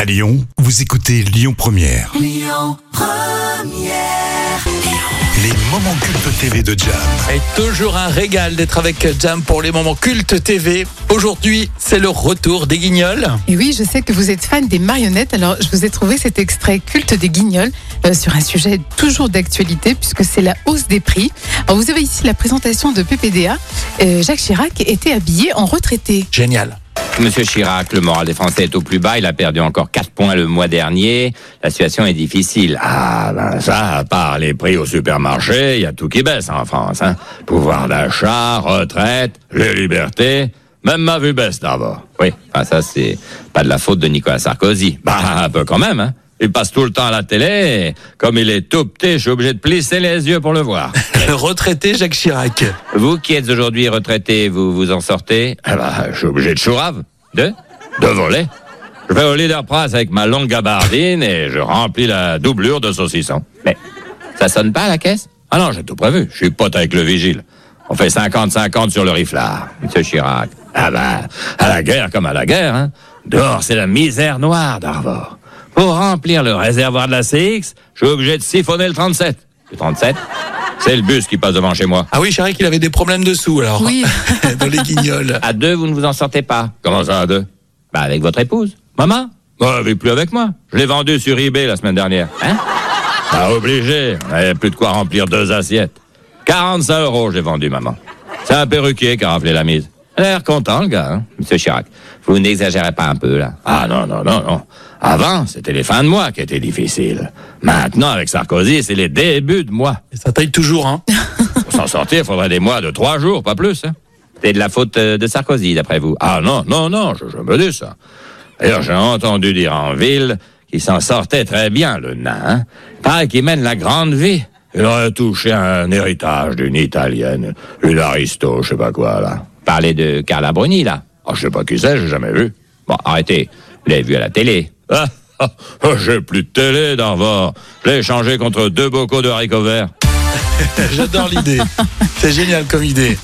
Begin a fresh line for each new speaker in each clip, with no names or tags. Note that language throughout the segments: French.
À Lyon, vous écoutez Lyon Première. Les moments cultes TV de Jam.
Et toujours un régal d'être avec Jam pour les moments cultes TV. Aujourd'hui, c'est le retour des guignols.
Et oui, je sais que vous êtes fan des marionnettes, alors je vous ai trouvé cet extrait culte des guignols euh, sur un sujet toujours d'actualité puisque c'est la hausse des prix. Alors vous avez ici la présentation de PPDA. Euh, Jacques Chirac était habillé en retraité.
Génial.
Monsieur Chirac, le moral des Français est au plus bas. Il a perdu encore 4 points le mois dernier. La situation est difficile. Ah, ben ça, à part les prix au supermarché, il y a tout qui baisse en France. Hein. Pouvoir d'achat, retraite, les libertés. Même ma vue baisse d'abord. Oui, ah, ça, c'est pas de la faute de Nicolas Sarkozy. Bah, un peu quand même. Hein. Il passe tout le temps à la télé. Comme il est tout petit, je suis obligé de plisser les yeux pour le voir.
Le retraité Jacques Chirac.
Vous qui êtes aujourd'hui retraité, vous vous en sortez Ah bah, je suis obligé de chourave. De De voler Je vais au leader Pras avec ma longue gabardine et je remplis la doublure de saucisson. Mais ça sonne pas à la caisse Ah non, j'ai tout prévu. Je suis pote avec le vigile. On fait 50-50 sur le riflard, monsieur Chirac. Ah bah, à la guerre comme à la guerre, hein. Dehors, c'est la misère noire d'Arvor. Pour remplir le réservoir de la CX, je suis obligé de siphonner le 37. Le 37 C'est le bus qui passe devant chez moi.
Ah oui, Chirac, il avait des problèmes dessous alors.
Oui.
Dans les guignols.
À deux, vous ne vous en sortez pas. Comment ça, à deux Bah, avec votre épouse. Maman Bah, elle vit plus avec moi. Je l'ai vendue sur eBay la semaine dernière. Hein Pas obligé. On n'avait plus de quoi remplir deux assiettes. 45 euros, j'ai vendu, maman. C'est un perruquier qui a raflé la mise. Elle a l'air content, le gars, hein, monsieur Chirac. Vous n'exagérez pas un peu, là. Ah, non, non, non, non. Avant, c'était les fins de mois qui étaient difficiles. Maintenant, avec Sarkozy, c'est les débuts de mois.
Et ça taille toujours, hein.
Pour s'en sortir, il faudrait des mois de trois jours, pas plus. hein. C'est de la faute euh, de Sarkozy, d'après vous. Ah non, non, non, je, je me dis ça. D'ailleurs, j'ai entendu dire en ville qu'il s'en sortait très bien, le nain. Hein. Pareil qu'il mène la grande vie. Il aurait touché un héritage d'une Italienne, une Aristo, je sais pas quoi, là. Parlez de Carla Bruni, là. Ah, je sais pas qui c'est, j'ai jamais vu. Bon, arrêtez. Vous l'avez vu à la télé. Ah, ah, ah, j'ai plus de télé, d'Arvor. Je l'ai échangé contre deux bocaux de haricots verts.
J'adore l'idée. C'est génial comme idée.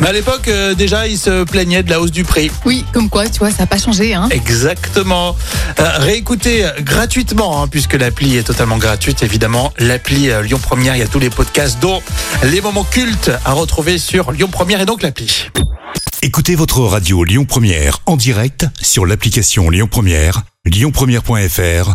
Mais à l'époque, euh, déjà, il se plaignait de la hausse du prix.
Oui, comme quoi, tu vois, ça n'a pas changé. Hein.
Exactement. Euh, réécoutez gratuitement, hein, puisque l'appli est totalement gratuite, évidemment. L'appli euh, Lyon Première, il y a tous les podcasts, dont les moments cultes à retrouver sur Lyon Première et donc l'appli.
Écoutez votre radio Lyon Première en direct sur l'application Lyon Première, lyonpremière.fr